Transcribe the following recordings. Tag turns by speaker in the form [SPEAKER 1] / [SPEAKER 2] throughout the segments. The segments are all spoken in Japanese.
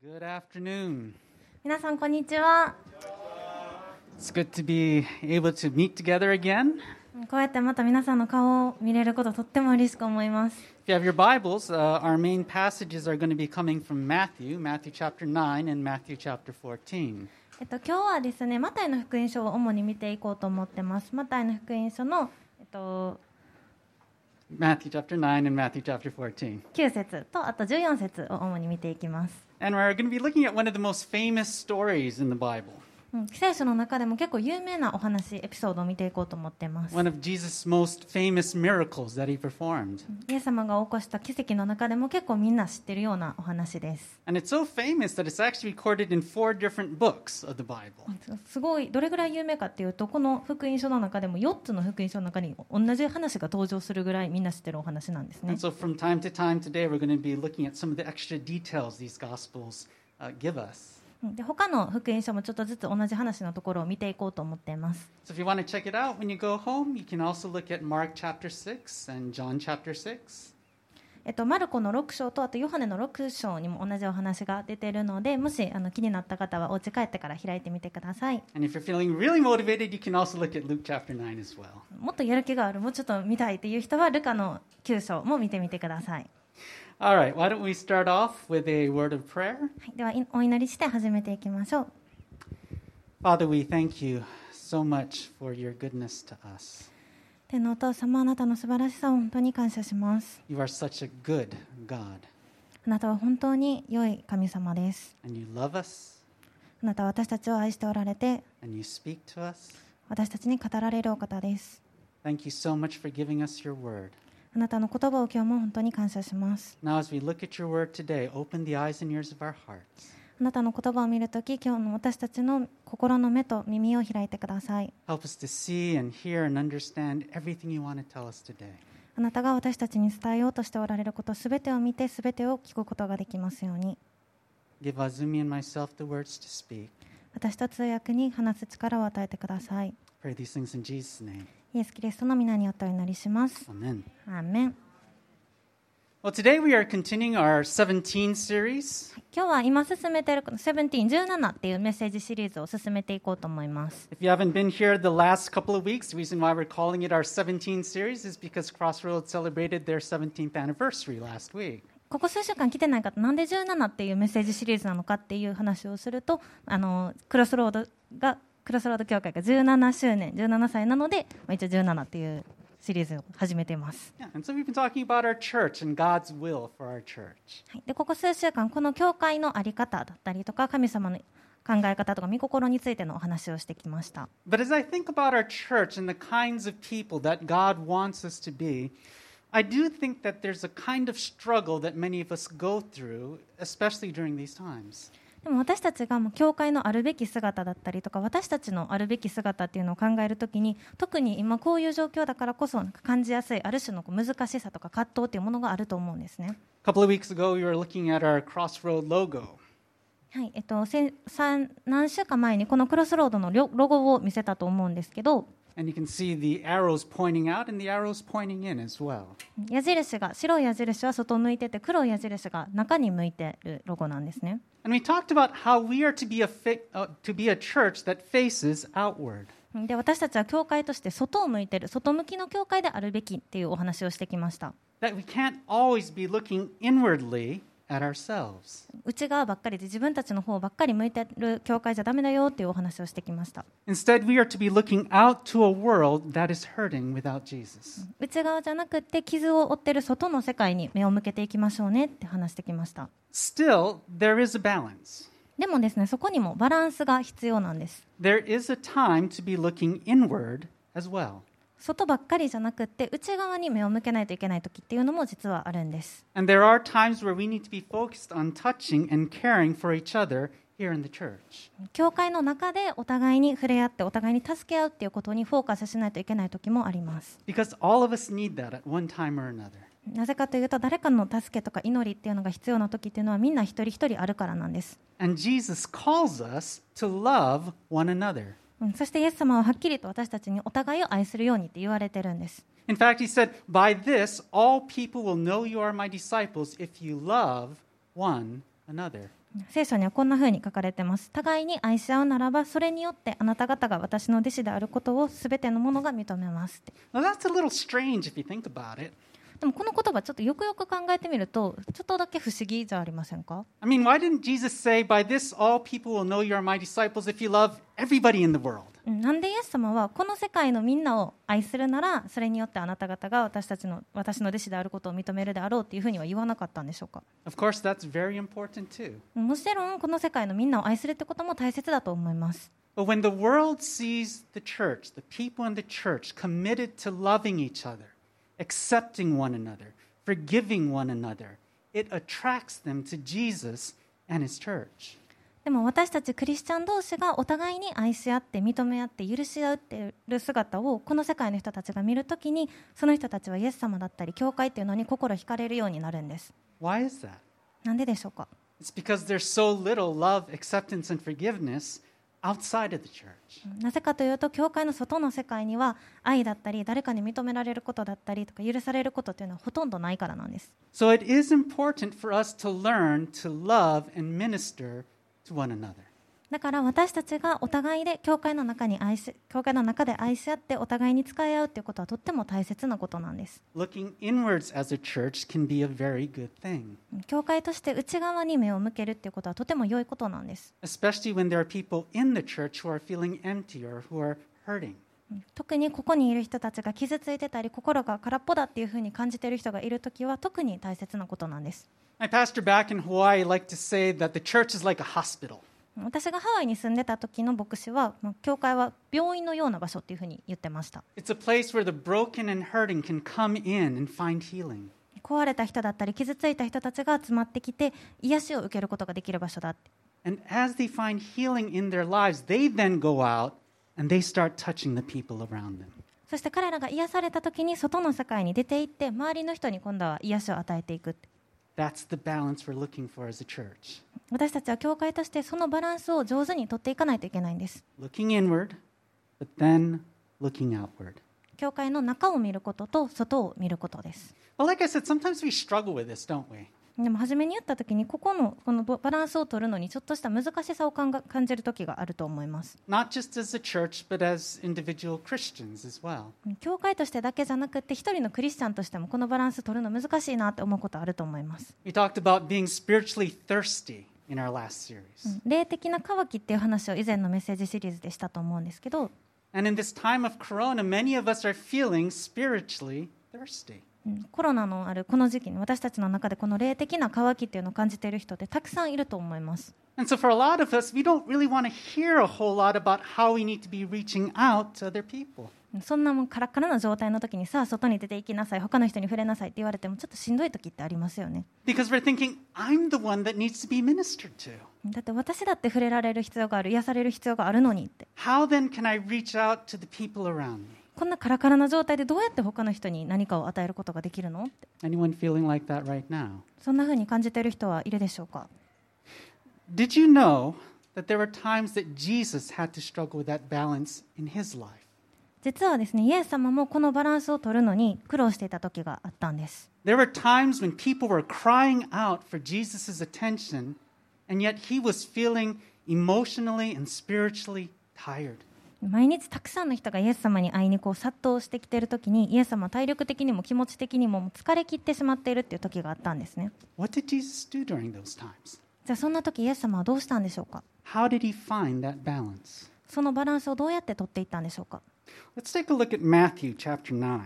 [SPEAKER 1] Good afternoon.
[SPEAKER 2] 皆さんこんにちは
[SPEAKER 1] It's good to be able to meet together again.
[SPEAKER 2] こうやってまた皆さんの顔を見れることとっても嬉しく思います
[SPEAKER 1] If you have your Bibles, uh, our main passages are going to be coming from Matthew, Matthew chapter 9 and Matthew chapter 14.
[SPEAKER 2] えっと今日はですねマタイの福音書を主に見ていこうと思ってますマタイの福音書のえっと
[SPEAKER 1] Matthew chapter 9 and Matthew chapter 14.
[SPEAKER 2] 9節とあと14節を主に見ていきます、
[SPEAKER 1] And we're going to be looking at one of the most famous stories in the Bible,
[SPEAKER 2] うん、記載書の中でも結構有名なお話エピソードを見ていこうと思ってます
[SPEAKER 1] one of Jesus' most famous miracles that he performed.
[SPEAKER 2] イエス様が起こした奇跡の中でも結構みんな知ってるようなお話です
[SPEAKER 1] And it's so famous that it's actually recorded in four different books of the Bible.
[SPEAKER 2] すごいどれぐらい有名かっていうとこの福音書の中でも4つの福音書の中に同じ話が登場するぐらいみんな知ってるお話なんですね
[SPEAKER 1] And so, from time to time today, we're going to be looking at some of the extra details these Gospels uh, give us.
[SPEAKER 2] うんで他の福音書もちょっとずつ同じ話のところを見ていこうと思っています
[SPEAKER 1] So, if you want to check it out when you go home, you can also look at Mark chapter 6 and John chapter 6.
[SPEAKER 2] えっと、マルコの6章とあとヨハネの6章にも同じお話が出てるのでもしあの気になった方はお家帰ってから開いてみてください
[SPEAKER 1] And if you're feeling really motivated, you can also look at Luke chapter 9 as well.
[SPEAKER 2] もっとやる気があるもうちょっと見たいっていう人はルカの9章も見てみてください、
[SPEAKER 1] All right, why don't we start off with a word of prayer?
[SPEAKER 2] はい、ではいお祈りして始めていきましょう
[SPEAKER 1] Father, we thank you so much for your goodness to us.
[SPEAKER 2] 天のお父様あなたの素晴らしさを本当に感謝します
[SPEAKER 1] You are such a good God,
[SPEAKER 2] あなたは本当に良い神様です
[SPEAKER 1] and you love us,
[SPEAKER 2] あなたは私たちを愛しておられて
[SPEAKER 1] and you speak to us.
[SPEAKER 2] 私たちに語られるお方です
[SPEAKER 1] Thank you so much for giving us your word.
[SPEAKER 2] あなたの言葉を今日も本当に感謝します。
[SPEAKER 1] Now, as we look at your word today, open the eyes and ears of our hearts.
[SPEAKER 2] あなたの言葉を見るとき、今日の私たちの心の目と耳を開いてください。
[SPEAKER 1] Help us to see and hear and understand everything you want to tell us today.
[SPEAKER 2] あなたが私たちに伝えようとしておられることすべてを見て、すべてを聞くことができますように。
[SPEAKER 1] Give Azumi and myself the words to speak.
[SPEAKER 2] 私と通訳に話す力を与えてください。
[SPEAKER 1] Pray these things in Jesus' name.
[SPEAKER 2] イエス・キリストの皆によってお祈りします。
[SPEAKER 1] Amen.
[SPEAKER 2] アーメン。
[SPEAKER 1] Well, today we are continuing our 17 series.
[SPEAKER 2] 今日は今進めているこの17、17っていうメッセージシリーズを進めていこうと思います。
[SPEAKER 1] If you haven't been here the last couple of weeks, the reason why we're calling it our 17 series is because Crossroads celebrated their 17th anniversary last week.
[SPEAKER 2] ここ数週間来てない方なんで17っていうメッセージシリーズなのかっていう話をするとあのクロスロードがクロスロード協会が17周年17歳なので、まあ、一応17っていうシリーズを始めています、
[SPEAKER 1] Yeah, and so we've been talking about our church and God's will for our church.
[SPEAKER 2] はい、でここ数週間この教会の在り方だったりとか神様の考え方とか御心についてのお話をしてきました、
[SPEAKER 1] But as I think about our church and the kinds of people that God wants us to be, I do think that there's a kind of struggle that many of us go through, especially during these times.
[SPEAKER 2] でも私たちがもう教会のあるべき姿だったりとか私たちのあるべき姿っていうのを考えるときに特に今こういう状況だからこそなんか感じやすいある種のこう難しさとか葛藤っていうものがあると思うんですね。
[SPEAKER 1] A couple of weeks ago, we were looking at our Crossroad logo.
[SPEAKER 2] はいえっと、先三何週間前にこのクロスロードのロロゴを見せたと思うんですけど
[SPEAKER 1] And you can see the arrows pointing out and the arrows pointing in as well.
[SPEAKER 2] 矢印が白い矢印は外向いてて黒い矢印が中に向いてるロゴなんですね。
[SPEAKER 1] And we talked about how we are to be a, fa- uh, to be a church that faces outward.
[SPEAKER 2] で私たちは教会として外を向いてる外向きの教会であるべきっていうお話をしてきました。
[SPEAKER 1] That we can't always be looking inwardly at ourselves.
[SPEAKER 2] 内側ばっかりで自分たちの方ばっかり向いてる教会じゃダメだよっていうお話をしてきました
[SPEAKER 1] Instead, we are to be looking out to a world that is hurting without Jesus.
[SPEAKER 2] 内側じゃなくて傷を負ってる外の世界に目を向けていきましょうねって話してきました
[SPEAKER 1] Still, there is a balance.
[SPEAKER 2] でもですねそこにもバランスが必要なんです
[SPEAKER 1] There is a time to be looking inward as well.
[SPEAKER 2] 外ばっかりじゃなくって内側に目を向けないといけない時っていうのも実はあるんです
[SPEAKER 1] And there are times where we need to be focused on touching and caring for each other here in the church.
[SPEAKER 2] 教会の中でお互いに触れ合ってお互いに助け合うっていうことにフォーカスしないといけない時もあります
[SPEAKER 1] Because all of us need that at one time or another.
[SPEAKER 2] なぜかというと誰かの助けとか祈りっていうのが必要な時っていうのはみんな一人一人あるからなんです
[SPEAKER 1] And Jesus calls us to love one another.
[SPEAKER 2] うんそしてイエス様ははっきりと私たちにお互いを愛するようにって言われてるんです。
[SPEAKER 1] In fact, he said, By this, all people will know you are my disciples if you love one another.
[SPEAKER 2] 聖書にはこんな風に書かれてます互いに愛し合うならばそれによってあなた方が私の弟子であることを全てのものが認めますって
[SPEAKER 1] Now, that's a little strange if you think about it.
[SPEAKER 2] でもこの言葉ちょっとよくよく考えてみるとちょっとだけ不思議じゃありませんか
[SPEAKER 1] I mean, why didn't Jesus say, By this all people will know you are my disciples if you love everybody in the world?
[SPEAKER 2] うんなんでイエス様はこの世界のみんなを愛するならそれによってあなた方が私たちの私の弟子であることを認めるであろうっていうふうには言わなかったんでしょうか
[SPEAKER 1] Of course, that's very important too.
[SPEAKER 2] もちろんこの世界のみんなを愛するってことも大切だと思います
[SPEAKER 1] But when the world sees the church, the people in the church committed to loving each other, accepting one another, forgiving one another, it attracts them to Jesus and his church.
[SPEAKER 2] でも私たちクリスチャン同士がお互いに愛し合って認め合って許し合ってる姿をこの世界の人たちが見るときにその人たちはイエス様だったり教会っていうのに心惹かれるようになるんです
[SPEAKER 1] Why is that?
[SPEAKER 2] なんででしょうか
[SPEAKER 1] It's because there's so little love, acceptance, and forgiveness outside of the church.
[SPEAKER 2] なぜかというと教会の外の世界には愛だったり誰かに認められることだったりとか許されることっていうのはほとんどないからなんです
[SPEAKER 1] So it is important for us to learn to love and minister to one another.
[SPEAKER 2] だから私たちがお互いで教会の中に愛し教会の中で愛し合ってお互いに使い合うっていうことはとっても大切なことなんです
[SPEAKER 1] Looking inwards as a church can be a very good thing,
[SPEAKER 2] 教会として内側に目を向けるっていうことはとても良いことなんです。
[SPEAKER 1] especially when there are people in the church who are feeling empty or who are hurting.
[SPEAKER 2] 特にここにいる人たちが傷ついてたり心が空っぽだっていうふうに感じてる人がいるときは特に大切なことなんです。
[SPEAKER 1] My pastor back in Hawaii liked to say that the church is like a hospital.
[SPEAKER 2] 私がハワイに住んでた時の牧師は、まあ教会は病院のような場所っていうふうに言ってました。
[SPEAKER 1] It's a place where the broken and hurting can come in and find healing.
[SPEAKER 2] 壊れた人だったり傷ついた人たちが集まってきて癒しを受けることができる場所だって。
[SPEAKER 1] And as they find healing in their lives, they then go out and they start touching the people around them.
[SPEAKER 2] そして彼らが癒された時に外の世界に出て行って周りの人に今度は癒しを与えていくって。
[SPEAKER 1] That's the balance we're looking for as a church.
[SPEAKER 2] 私たちは教会としてそのバランスを上手に取っていかないといけないんです。
[SPEAKER 1] Looking inward, but then looking outward.
[SPEAKER 2] 教会の中を見ることと外を見ることです。
[SPEAKER 1] Well, like I said, sometimes we struggle with this, don't we?
[SPEAKER 2] でも初めに言った時にここのこのバランスを取るのにちょっとした難しさを感が感じる時があると思います。
[SPEAKER 1] Not just as a church, but as individual Christians as well.
[SPEAKER 2] 教会としてだけじゃなくて一人のクリスチャンとしてもこのバランス取るの難しいなって思うことあると思います。
[SPEAKER 1] We talked about being spiritually thirsty in our last series.
[SPEAKER 2] 霊的な渇きっていう話を以前のメッセージシリーズでしたと思うんですけど
[SPEAKER 1] And in this time of corona, many of us are feeling spiritually thirsty.
[SPEAKER 2] うんコロナのあるこの時期に私たちの中でこの霊的な渇きっていうのを感じている人ってたくさんいると思います。
[SPEAKER 1] And so, for a lot of us, we don't really want to hear a whole lot about how we need to be reaching out to other people.
[SPEAKER 2] そんなもんカラッカラの状態の時にさあ外に出て行きなさい他の人に触れなさいって言われてもちょっとしんどい時ってありますよね
[SPEAKER 1] Because we're thinking, I'm the one that needs to be ministered to.
[SPEAKER 2] だって私だって触れられる必要がある癒される必要があるのにって
[SPEAKER 1] How then can I reach out to the people around me?
[SPEAKER 2] こんなカラカラな状態でどうやって他の人に何かを与えることができるのって
[SPEAKER 1] Anyone feeling like that right now?
[SPEAKER 2] そんな風に感じている人はいるでしょうか
[SPEAKER 1] Did you know that there were times that Jesus had to struggle with that balance in his life?
[SPEAKER 2] 実はですねイエス様もこのバランスを取るのに苦労していた時があったんです
[SPEAKER 1] There were times when people were crying out for Jesus' attention, and yet he was feeling emotionally and spiritually tired.
[SPEAKER 2] 毎日たくさんの人がイエス様に会いにこう殺到してきている時にイエス様は体力的にも気持ち的にももう疲れ切ってしまっているっていう時があったんですね
[SPEAKER 1] What did Jesus do during those times?
[SPEAKER 2] じゃあそんな時イエス様はどうしたんでしょうか
[SPEAKER 1] How did he find that balance?
[SPEAKER 2] そのバランスをどうやって取っていったんでしょうか
[SPEAKER 1] Let's take a look at Matthew chapter 9.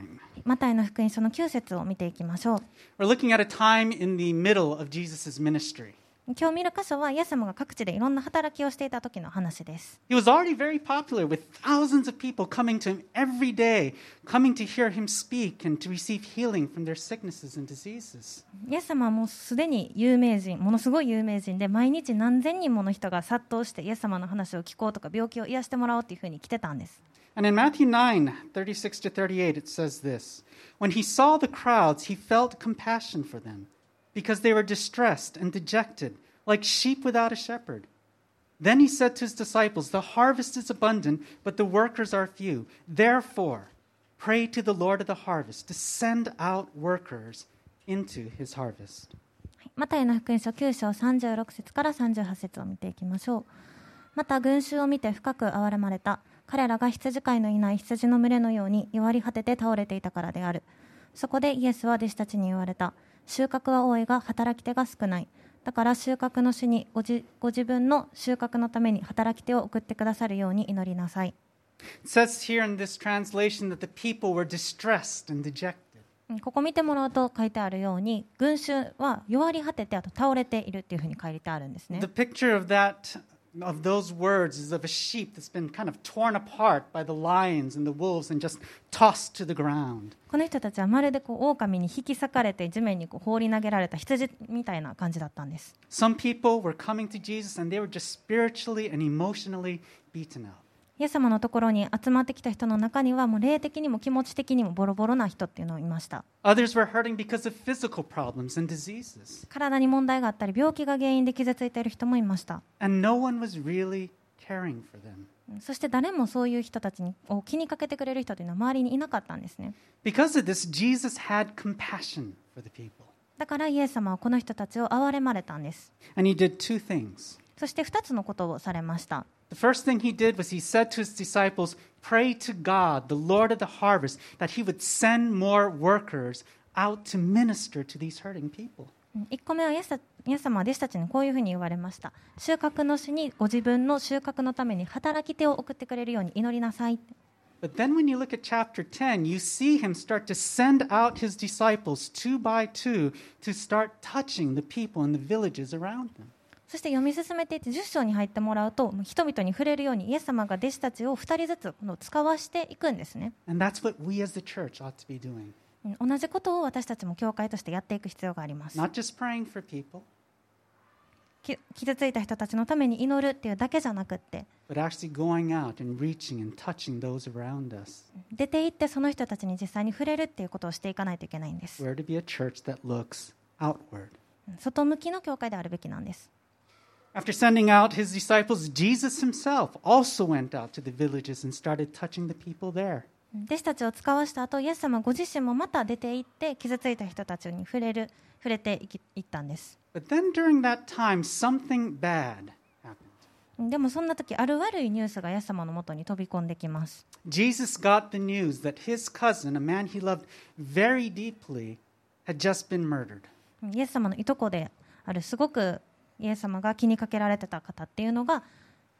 [SPEAKER 2] マタイの福音書の9節を見ていきましょう
[SPEAKER 1] We're looking at a time in the middle of Jesus' ministry.
[SPEAKER 2] 今日見る箇所はイエス様が各地でいろんな働きをしていた時の話です
[SPEAKER 1] He was already very popular with thousands of people coming to him every day, coming to hear him speak and to receive healing from their sicknesses and diseases.
[SPEAKER 2] イエス様はもうすでに有名人ものすごい有名人で毎日何千人もの人が殺到してイエス様の話を聞こうとか病気を癒してもらおうっていうふうに来てたんです
[SPEAKER 1] And in Matthew 9, 36 to 38, it says this When he saw the crowds, he felt compassion for them, because they were distressed and dejected, like sheep without a shepherd. Then he said to his disciples, The harvest is abundant, but the workers are few. Therefore, pray to the Lord of the harvest to send out workers into his harvest.
[SPEAKER 2] はいマタイの福音書9章36節から38節を見ていきましょうまた群衆を見て深く憐れまれた彼らが羊飼いのいない羊の群れのように弱り果てて倒れていたからであるそこでイエスは弟子たちに言われた収穫は多いが働き手が少ないだから収穫の主にごじご自分の収穫のために働き手を送ってくださるように祈りなさい
[SPEAKER 1] It says here in this translation that the people were distressed and dejected.
[SPEAKER 2] うんここ見てもらうと書いてあるように群衆は弱り果ててあと倒れているっていうふうに書いてあるんですね
[SPEAKER 1] The picture of that of those words is of a sheep that's been kind of torn apart by the lions and the wolves and just tossed to the ground.
[SPEAKER 2] この人たちはまるでこう狼に引き裂かれて地面にこう放り投げられた羊みたいな感じだったんです
[SPEAKER 1] Some people were coming to Jesus and they were just spiritually and emotionally beaten up.
[SPEAKER 2] イエス様のところに集まってきた人の中にはもう霊的にも気持ち的にもボロボロな人っていうのをいました
[SPEAKER 1] Others were hurting because of physical problems and diseases.
[SPEAKER 2] 体に問題があったり病気が原因で傷ついている人もいました
[SPEAKER 1] And no one was really caring for them.
[SPEAKER 2] うんそして誰もそういう人たちにを気にかけてくれる人というのは周りにいなかったんですね
[SPEAKER 1] Because of this, Jesus had compassion for the people.
[SPEAKER 2] だからイエス様はこの人たちを憐れまれたんです
[SPEAKER 1] And he did two things.
[SPEAKER 2] そして2つのことをされました
[SPEAKER 1] The first thing he did was he said to his disciples, Pray to God, the Lord of the harvest, that he would send more workers out to minister to these hurting people.
[SPEAKER 2] 1個目はイエスイエス様は弟子たちにこういうふうに言われました収穫の主にご自分の収穫のために働き手を送ってくれるように祈りなさい
[SPEAKER 1] But then when you look at chapter 10, you see him start to send out his disciples two by two to start touching the people in the villages around them.
[SPEAKER 2] そして読み進めていって10章に入ってもらうともう人々に触れるようにイエス様が弟子たちを2人ずつこの使わしていくんですね
[SPEAKER 1] And that's what we as the church ought to be doing.
[SPEAKER 2] うん同じことを私たちも教会としてやっていく必要があります
[SPEAKER 1] Not just praying for people,
[SPEAKER 2] き傷ついた人たちのために祈るっていうだけじゃなくって
[SPEAKER 1] but actually going out and reaching and touching those around us.
[SPEAKER 2] 出て行ってその人たちに実際に触れるっていうことをしていかないといけないんです、
[SPEAKER 1] We're to be a church that looks outward.
[SPEAKER 2] うん外向きの教会であるべきなんです
[SPEAKER 1] After sending out his disciples, Jesus himself also went out to the villages and started touching the people there.
[SPEAKER 2] 弟子たちを使わした後イエス様ご自身もまた出て行って傷ついた人たちに触れる触れていきいったんです
[SPEAKER 1] But then during that time, something bad happened.
[SPEAKER 2] でもそんな時ある悪いニュースがイエス様のもとに飛び込んできます
[SPEAKER 1] Jesus got the news that his cousin, a man he loved very deeply, had just been murdered.
[SPEAKER 2] イエス様のいとこであるすごくイエス様が気にかけられてた方っていうのが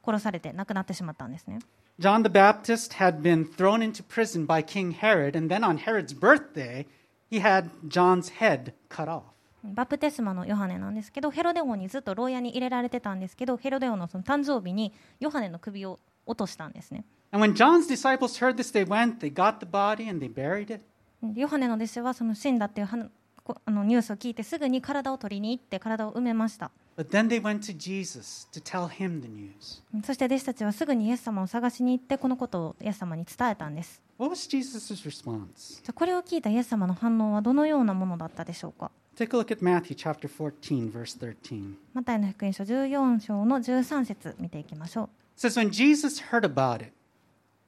[SPEAKER 2] 殺されて亡くなってしまったんですね
[SPEAKER 1] John the Baptist had been thrown into prison by King Herod, and then on Herod's birthday, he had John's head cut off.
[SPEAKER 2] バプテスマのヨハネなんですけどヘロデ王にずっと牢屋に入れられてたんですけどヘロデ王のその誕生日にヨハネの首を落としたんですね
[SPEAKER 1] And when John's disciples heard this, they went, they got the body, and they buried it.
[SPEAKER 2] でヨハネの弟子はその死んだっていうはなこあのニュースを聞いてすぐに体を取りに行って体を埋めました
[SPEAKER 1] But then they went to Jesus to tell him the news.
[SPEAKER 2] そして弟子たちはすぐにイエス様を探しに行ってこのことをイエス様に伝えたんです
[SPEAKER 1] What was Jesus' response?
[SPEAKER 2] じゃあこれを聞いたイエス様の反応はどのようなものだったでしょうか
[SPEAKER 1] Take a look at Matthew chapter 14, verse 13.
[SPEAKER 2] マタイの福音書14章の13節見ていきましょう
[SPEAKER 1] It says, When Jesus heard about it,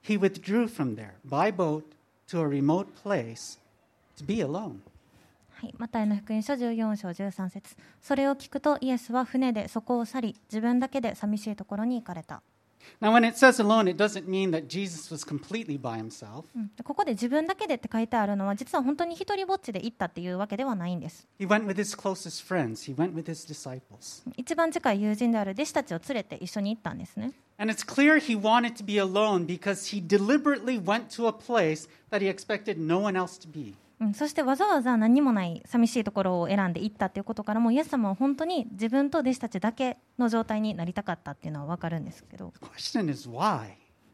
[SPEAKER 1] he withdrew from there by boat to a remote place to be alone.
[SPEAKER 2] はい、マタイの福音書14章13節それを聞くとイエスは船でそこを去り自分だけで寂しいところに行かれた、
[SPEAKER 1] Now, when it says alone, it doesn't mean that Jesus was completely by himself.
[SPEAKER 2] うんここで自分だけでって書いてあるのは実は本当に一人ぼっちで行ったっていうわけではないんです
[SPEAKER 1] He went with his closest friends, he went with his disciples.
[SPEAKER 2] 一番近い友人である弟子たちを連れて一緒に行ったんですね
[SPEAKER 1] And it's clear he wanted to be alone because he deliberately went to a place that he expected no one else to be.
[SPEAKER 2] うん、そしてわざわざ何もない寂しいところを選んでいったっていうことからもイエス様は本当に自分と弟子たちだけの状態になりたかったっていうのは分かるんですけど
[SPEAKER 1] The question is why?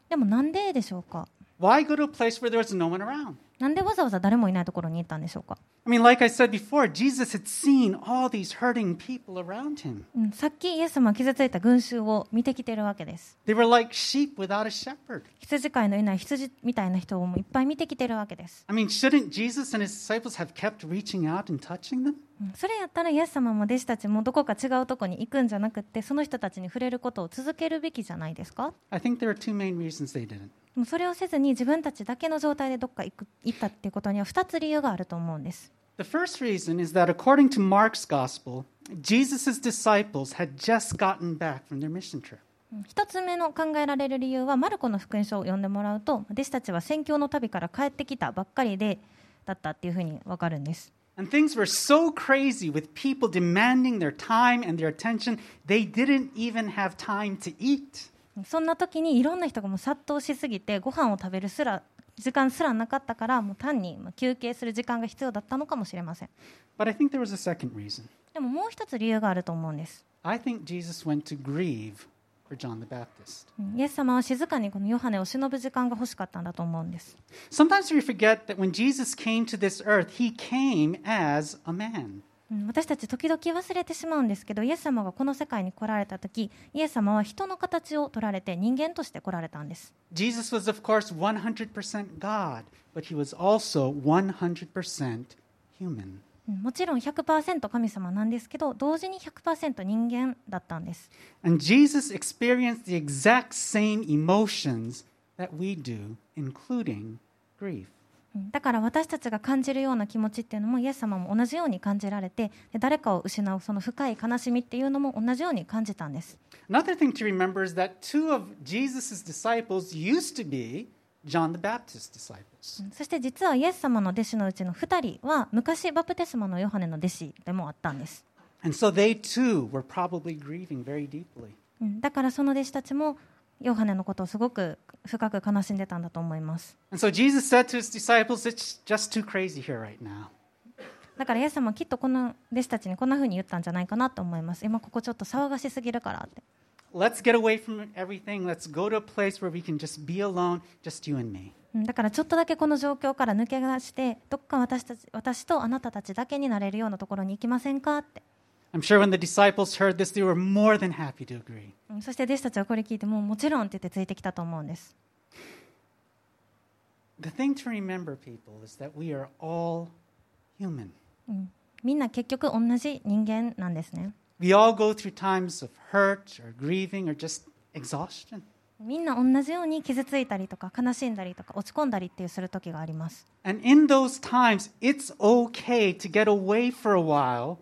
[SPEAKER 2] でもなんででしょうか
[SPEAKER 1] Why go to a place where there was no one around?
[SPEAKER 2] なんでわざわざ誰もいないところに行ったんでしょうか、
[SPEAKER 1] I mean, like I said before, Jesus had seen all these hurting people around him.
[SPEAKER 2] うん、さっきイエス様は傷ついた群衆を見てきてるわけです
[SPEAKER 1] They were like sheep without a shepherd.
[SPEAKER 2] 羊飼いのいない羊みたいな人をもういっぱい見てきてるわけです、
[SPEAKER 1] I mean, shouldn't Jesus and his disciples have kept reaching out and touching them?
[SPEAKER 2] うんそれやったらイエス様も弟子たちもどこか違うとこに行くんじゃなくってその人たちに触れることを続けるべきじゃないですか
[SPEAKER 1] I think there are two main reasons they didn't.
[SPEAKER 2] でもそれをせずに自分たちだけの状態でどっか行く行ったっていうことには2つ理由があると思うんです
[SPEAKER 1] The first reason is that according to Mark's gospel, Jesus' disciples had just gotten back from their mission trip.
[SPEAKER 2] 一つ目の考えられる理由はマルコの福音書を読んでもらうと弟子たちは宣教の旅から帰ってきたばっかりでだったっていうふうにわかるんです
[SPEAKER 1] And things were so crazy with people demanding their time and their attention, they didn't even have time to eat.
[SPEAKER 2] そんな時にいろんな人がもう殺到しすぎてご飯を食べるすら時間すらなかったからもう単にまあ休憩する時間が必要だったのかもしれません
[SPEAKER 1] But I think there was a second reason.
[SPEAKER 2] でももう一つ理由があると思うんです
[SPEAKER 1] I think Jesus went to grieve for John the Baptist.
[SPEAKER 2] イエス様は静かにこのヨハネを忍ぶ時間が欲しかったんだと思うんです
[SPEAKER 1] Sometimes we forget that when Jesus came to this earth, he came as a man.
[SPEAKER 2] うん私たち時々忘れてしまうんですけどイエス様がこの世界に来られた時イエス様は人の形を取られて人間として来られたんです
[SPEAKER 1] Jesus was, of course, 100% God, but he was also 100% human.
[SPEAKER 2] うんもちろん100%神様なんですけど同時に100%人間だったんです
[SPEAKER 1] And Jesus experienced the exact same emotions that we do, including grief.
[SPEAKER 2] うんだから私たちが感じるような気持ちっていうのもイエス様も同じように感じられてで誰かを失うその深い悲しみっていうのも同じように感じたんです
[SPEAKER 1] Another thing to remember is that two of Jesus' disciples used to be John the Baptist's disciples.
[SPEAKER 2] うんそして実はイエス様の弟子のうちの2人は昔バプテスマのヨハネの弟子でもあったんです
[SPEAKER 1] And so they too were probably grieving very deeply.
[SPEAKER 2] うんだからその弟子たちもヨハネのことをすごく深く悲しんでたんだと思います
[SPEAKER 1] And so Jesus said to his disciples, It's just too crazy here right now.
[SPEAKER 2] だからイエス様はきっとこの弟子たちにこんな風に言ったんじゃないかなと思います今ここちょっと騒がしすぎるからって
[SPEAKER 1] Let's get away from everything. Let's go to a place where we can just be alone, just you and me.
[SPEAKER 2] うんだからちょっとだけこの状況から抜け出してどっか私たち私とあなたたちだけになれるようなところに行きませんかって、
[SPEAKER 1] I'm sure when the disciples heard this, they were more than happy to agree.
[SPEAKER 2] うんそして弟子たちはこれ聞いてもうもちろんって言ってついてきたと思うんです
[SPEAKER 1] The thing to remember, people, is that we are all human.
[SPEAKER 2] みんな結局同じ人間なんですね
[SPEAKER 1] We all go through times of hurt or grieving or just exhaustion.
[SPEAKER 2] みんな同じように傷ついたりとか悲しんだりとか落ち込んだりっていうする時があります
[SPEAKER 1] And in those times, it's okay to get away for a while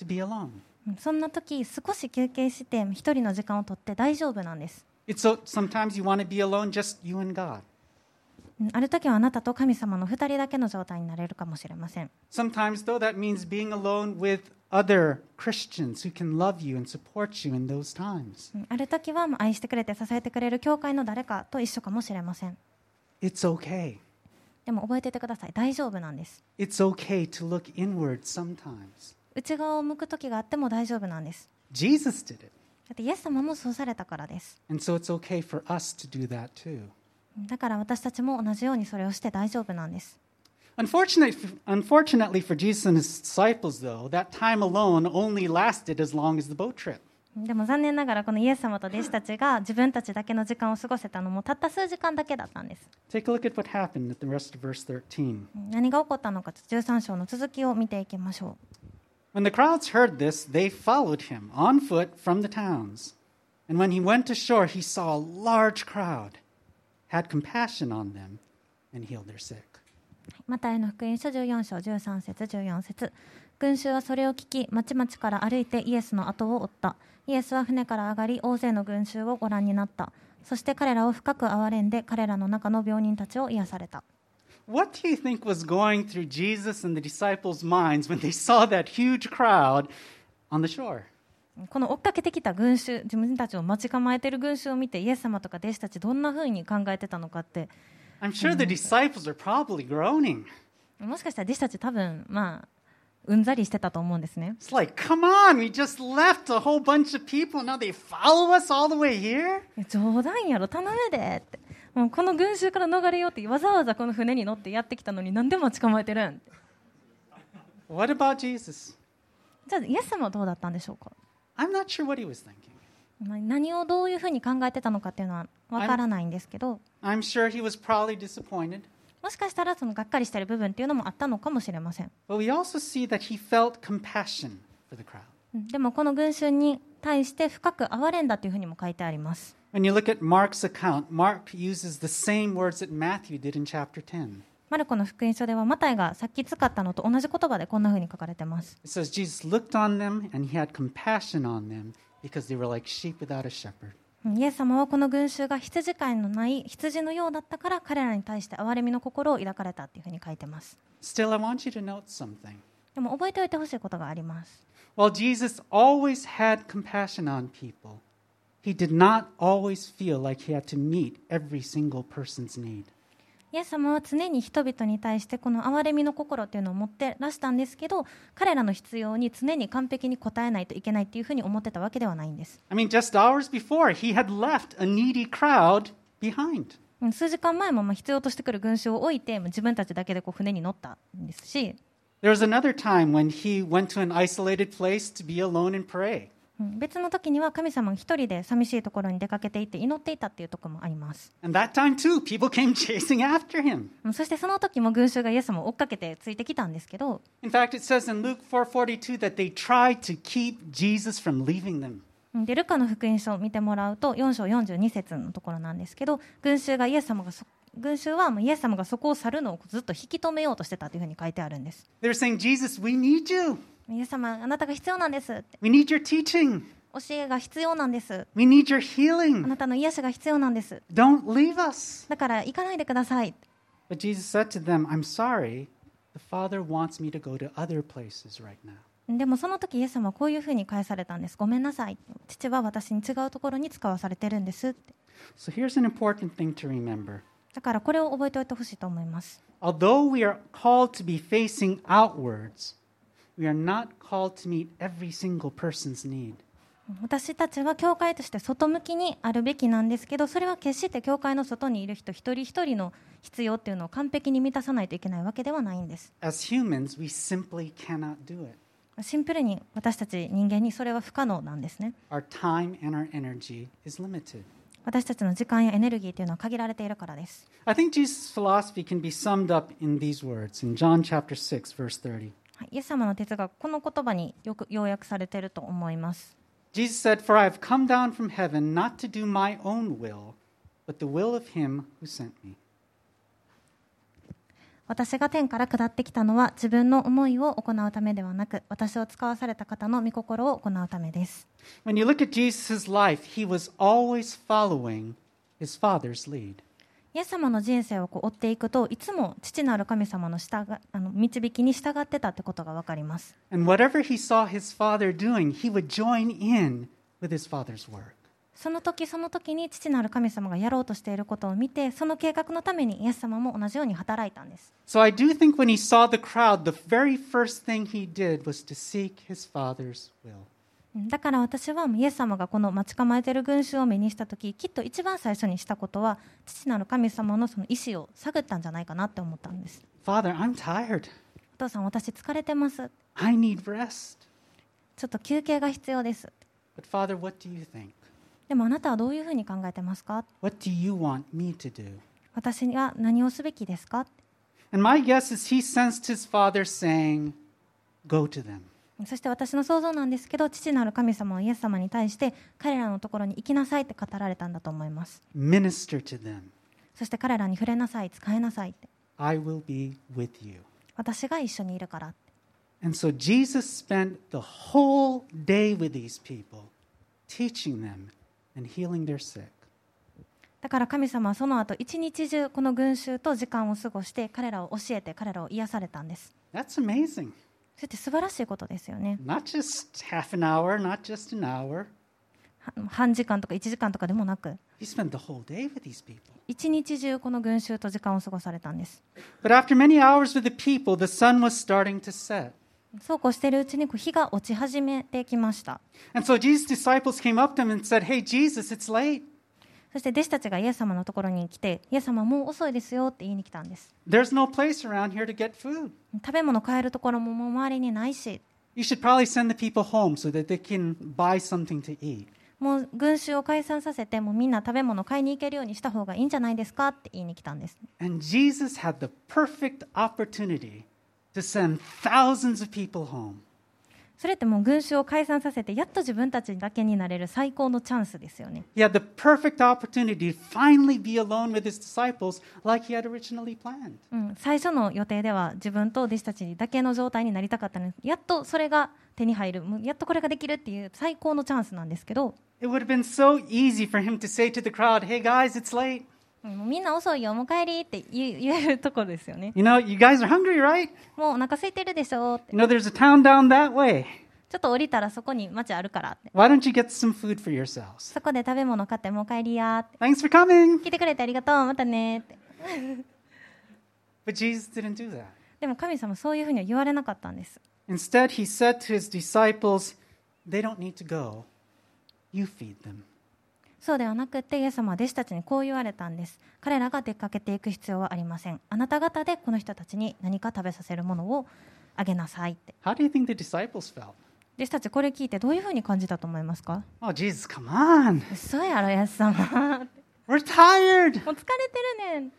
[SPEAKER 1] to be alone.
[SPEAKER 2] うんそんな時少し休憩して一人の時間を取って大丈夫なんです。
[SPEAKER 1] It's so sometimes you want to be alone, just you and God.
[SPEAKER 2] うんある時はあなたと神様の二人だけの状態になれるかもしれません。
[SPEAKER 1] Sometimes, though, that means being alone with other Christians who can love you and support you in those times.
[SPEAKER 2] うんある時はまあ愛してくれて支えてくれる教会の誰かと一緒かもしれません。
[SPEAKER 1] It's okay.
[SPEAKER 2] でも覚えていてください。大丈夫なんです。
[SPEAKER 1] It's okay to look inward sometimes.
[SPEAKER 2] 内側を向く時があっても大丈夫なんです。
[SPEAKER 1] Jesus did it.
[SPEAKER 2] だってイエス様もそうされたからです。
[SPEAKER 1] And so it's okay for us to do that too.
[SPEAKER 2] うんだから私たちも同じようにそれをして大丈夫なんです。
[SPEAKER 1] Unfortunately, unfortunately for Jesus and his disciples, though, that time alone only lasted as long as the boat trip.
[SPEAKER 2] うんでも残念ながらこのイエス様と弟子たちが自分たちだけの時間を過ごせたのもたった数時間だけだったんです。
[SPEAKER 1] Take a look at what happened at the rest of verse 13.
[SPEAKER 2] 何が起こったのか13章の続きを見ていきましょ
[SPEAKER 1] When the crowds heard this, they followed him on foot from the towns. And when he went ashore, he saw a large crowd, had compassion on them, and healed their sick.
[SPEAKER 2] うマタイの福音書14章13節14節群衆はそれを聞きまちまちから歩いてイエスの後を追ったイエスは船から上がり大勢の群衆をご覧になったそして彼らを深く憐れんで彼らの中の病人たちを癒された
[SPEAKER 1] What do you think was going through Jesus and the disciples' minds when they saw that huge crowd on the shore?
[SPEAKER 2] この追っかけてきた群衆自分たちを待ち構えている群衆を見てイエス様とか弟子たちどんな風に考えてたのかって
[SPEAKER 1] I'm sure the disciples are probably groaning.
[SPEAKER 2] もしかしたら弟子たち多分まあうんざりしてたと思うんですね
[SPEAKER 1] It's like, come on, we just left a whole bunch of people, now they follow us all the way here?
[SPEAKER 2] いや冗談やろ頼むでってもうこの群衆から逃れようってわざわざこの船に乗ってやってきたのになんで待ち構えてるんって
[SPEAKER 1] What about Jesus?
[SPEAKER 2] じゃあイエス様はどうだったんでしょうか
[SPEAKER 1] I'm not sure what he was thinking.
[SPEAKER 2] まあ何をどういうふうに考えてたのかっていうのはわからないんですけど
[SPEAKER 1] I'm sure he was probably disappointed,
[SPEAKER 2] もしかしたらそのがっかりしてる部分っていうのもあったのかもしれません
[SPEAKER 1] but we also see that he felt compassion for the crowd.
[SPEAKER 2] うんでもこの群衆に対して深く憐れんだというふうにも書いてあります
[SPEAKER 1] When you look at Mark's account, Mark uses the same words that Matthew did in chapter 10.
[SPEAKER 2] マルコの福音書ではマタイがさっき使ったのと同じ言葉でこんな風に書かれてます。
[SPEAKER 1] It says, Jesus looked on them and he had compassion on them because they were like sheep without a shepherd.
[SPEAKER 2] イエス様はこの群衆が羊飼いのない羊のようだったから彼らに対して憐れみの心を抱かれたっていう風に書いてます。
[SPEAKER 1] Still, I want you to note something.
[SPEAKER 2] でも覚えておいてほしいことがあります。
[SPEAKER 1] While Jesus always had compassion on people, he did not always feel like he had to meet every single person's need.
[SPEAKER 2] イエス様は常に人々に対してこの憐れみの心っていうのを持ってらしたんですけど彼らの必要に常に完璧に応えないといけないっていうふうに思ってたわけではないんです
[SPEAKER 1] I mean, just hours before, he had left a needy crowd behind.
[SPEAKER 2] うん数時間前もまあ必要としてくる群衆を置いてまあ自分たちだけでこう船に乗ったんですし
[SPEAKER 1] There was another time when he went to an isolated place to be alone and pray.
[SPEAKER 2] うん別の時には神様が一人で寂しいところに出かけていって祈っていたっていうところもあります
[SPEAKER 1] And that time, too, people came chasing after him.
[SPEAKER 2] うんそしてその時も群衆がイエス様を追っかけてついてきたんですけど
[SPEAKER 1] In fact, it says in Luke 4:42 that they tried to keep Jesus from leaving them.
[SPEAKER 2] でルカの福音書を見てもらうと4章42節のところなんですけど群衆がイエス様がそ群衆はもうイエス様がそこを去るのをずっと引き止めようとしてたというふうに書いてあるんです
[SPEAKER 1] They were saying, "Jesus, we need you.
[SPEAKER 2] イエス様あなたが必要なんですって
[SPEAKER 1] We need your teaching.
[SPEAKER 2] 教えが必要なんです
[SPEAKER 1] We need your
[SPEAKER 2] あ
[SPEAKER 1] healing.
[SPEAKER 2] なたの癒しが必要なんです
[SPEAKER 1] Don't leave us."
[SPEAKER 2] だから行かないでください
[SPEAKER 1] But Jesus said to them, "I'm sorry. The Father wants me to go to other places right now."
[SPEAKER 2] でもその時イエス様はこういうふうに返されたんですごめんなさい父は私に違うところに使わされてるんですって
[SPEAKER 1] So here's an important thing to remember.
[SPEAKER 2] だからこれを覚えておいてほしいと思います
[SPEAKER 1] Although we are called to be facing outwards, we are not called to meet every single person's need.
[SPEAKER 2] 私たちは教会として外向きにあるべきなんですけどそれは決して教会の外にいる人一人一人の必要っていうのを完璧に満たさないといけないわけではないんです
[SPEAKER 1] As humans, we simply cannot do it.
[SPEAKER 2] シンプルに私たち人間にそれは不可能なんですね
[SPEAKER 1] Our time and our energy is limited.
[SPEAKER 2] 私たちの時間やエネルギーっていうのは限られているからです
[SPEAKER 1] I think Jesus' philosophy can be summed up in these words in John chapter 6 verse 30.
[SPEAKER 2] はいイエス様の哲学この言葉によく要約されていると思います
[SPEAKER 1] Jesus said, "For I have come down from heaven not to do my own will, but the will of him who sent me."
[SPEAKER 2] 私が天から下ってきたのは自分の思いを行うためではなく私を使わされた方の御心を行うためです
[SPEAKER 1] When you look at Jesus' life, he was always following his Father's lead.
[SPEAKER 2] イエス様の人生をこう追っていくといつも父なる神様の従あの導きに従ってたってことが分かります、
[SPEAKER 1] And whatever he saw his Father doing, he would join in with his Father's work.
[SPEAKER 2] その時その時に父なる神様がやろうとしていることを見てその計画のためにイエス様も同じように働いたんです
[SPEAKER 1] So I do think when he saw the crowd, the very first thing he did was to seek his Father's will.
[SPEAKER 2] うんだから私はもうイエス様がこの待ち構えている群衆を目にした時きっと一番最初にしたことは父なる神様のその意思を探ったんじゃないかなって思ったんです
[SPEAKER 1] Father, I'm tired.
[SPEAKER 2] お父さん私疲れてます
[SPEAKER 1] I need rest.
[SPEAKER 2] ちょっと休憩が必要です
[SPEAKER 1] But Father, what do you think?
[SPEAKER 2] でもあなたはどういうふうに考えてますか
[SPEAKER 1] What do you want me to do?
[SPEAKER 2] 私が何をすべきですか
[SPEAKER 1] And my guess is he sensed his Father saying, Go to them.
[SPEAKER 2] そして私の想像なんですけど父なる神様はイエス様に対して彼らのところに行きなさいって語られたんだと思います
[SPEAKER 1] Minister to them.
[SPEAKER 2] そして彼らに触れなさい使えなさいって
[SPEAKER 1] I will be with you.
[SPEAKER 2] 私が一緒にいるからって
[SPEAKER 1] And so Jesus spent the whole day with these people, teaching them and healing their sick.
[SPEAKER 2] だから神様はその後一日中この群衆と時間を過ごして彼らを教えて彼らを癒されたんです
[SPEAKER 1] That's amazing.
[SPEAKER 2] それって素晴らしいことですよね
[SPEAKER 1] Not just half an hour, not just an hour.
[SPEAKER 2] は半時間とか1時間とかでもなく
[SPEAKER 1] He spent the whole day with these people.
[SPEAKER 2] 一日中この群衆と時間を過ごされたんです
[SPEAKER 1] But after many hours with the people, the sun was starting to set.
[SPEAKER 2] そうこうしているうちにこう日が落ち始めてきました
[SPEAKER 1] And so Jesus' disciples came up to him and said, Hey, Jesus, it's late.
[SPEAKER 2] そして弟子たちがイエス様のところに来て、イエス様もう遅いですよって言いに来たんです。
[SPEAKER 1] There's no place around here to get food.
[SPEAKER 2] 食べ物買えるところももう周りにないし、
[SPEAKER 1] You should probably send the people home so that they can buy something to eat.
[SPEAKER 2] もう群衆を解散させて、もうみんな食べ物買いに行けるようにした方がいいんじゃないですかって言いに来たんです。
[SPEAKER 1] And Jesus had the perfect opportunity to send thousands of people home.
[SPEAKER 2] それってもう群衆を解散させてやっと自分たちだけになれる最高のチャンスですよね
[SPEAKER 1] He had the perfect opportunity to finally be alone with his disciples like he had originally planned.
[SPEAKER 2] うん、最初の予定では自分と弟子たちだけの状態になりたかったのにやっとそれが手に入るもうやっとこれができるっていう最高のチャンスなんですけど、
[SPEAKER 1] It would have been so easy for him to say to the crowd, Hey guys, it's late.
[SPEAKER 2] うんもうみんな遅いよもう帰りって言う言えるところですよね
[SPEAKER 1] You know, you guys are hungry, right?
[SPEAKER 2] もうお腹空いてるでしょって
[SPEAKER 1] You know, there's a town down that way.
[SPEAKER 2] ちょっと降りたらそこに街あるからって
[SPEAKER 1] Why don't you get some food for yourselves?
[SPEAKER 2] そこで食べ物買ってもう帰りやって
[SPEAKER 1] Thanks for coming.
[SPEAKER 2] 来てくれてありがとうまたねって
[SPEAKER 1] But Jesus didn't do that.
[SPEAKER 2] でも神様そういうふうには言われなかったんです
[SPEAKER 1] Instead, he said to his disciples, They don't need to go. You feed them.
[SPEAKER 2] そうではなくてイエス様は弟子たちにこう言われたんです彼らが出かけていく必要はありませんあなた方でこの人たちに何か食べさせるものをあげなさいって
[SPEAKER 1] How do you think the disciples felt?
[SPEAKER 2] 弟子たちこれ聞いてどういうふうに感じたと思いますか
[SPEAKER 1] Oh, Jesus, come on.
[SPEAKER 2] 嘘やろイエス様もう
[SPEAKER 1] We're tired.
[SPEAKER 2] 疲れてるね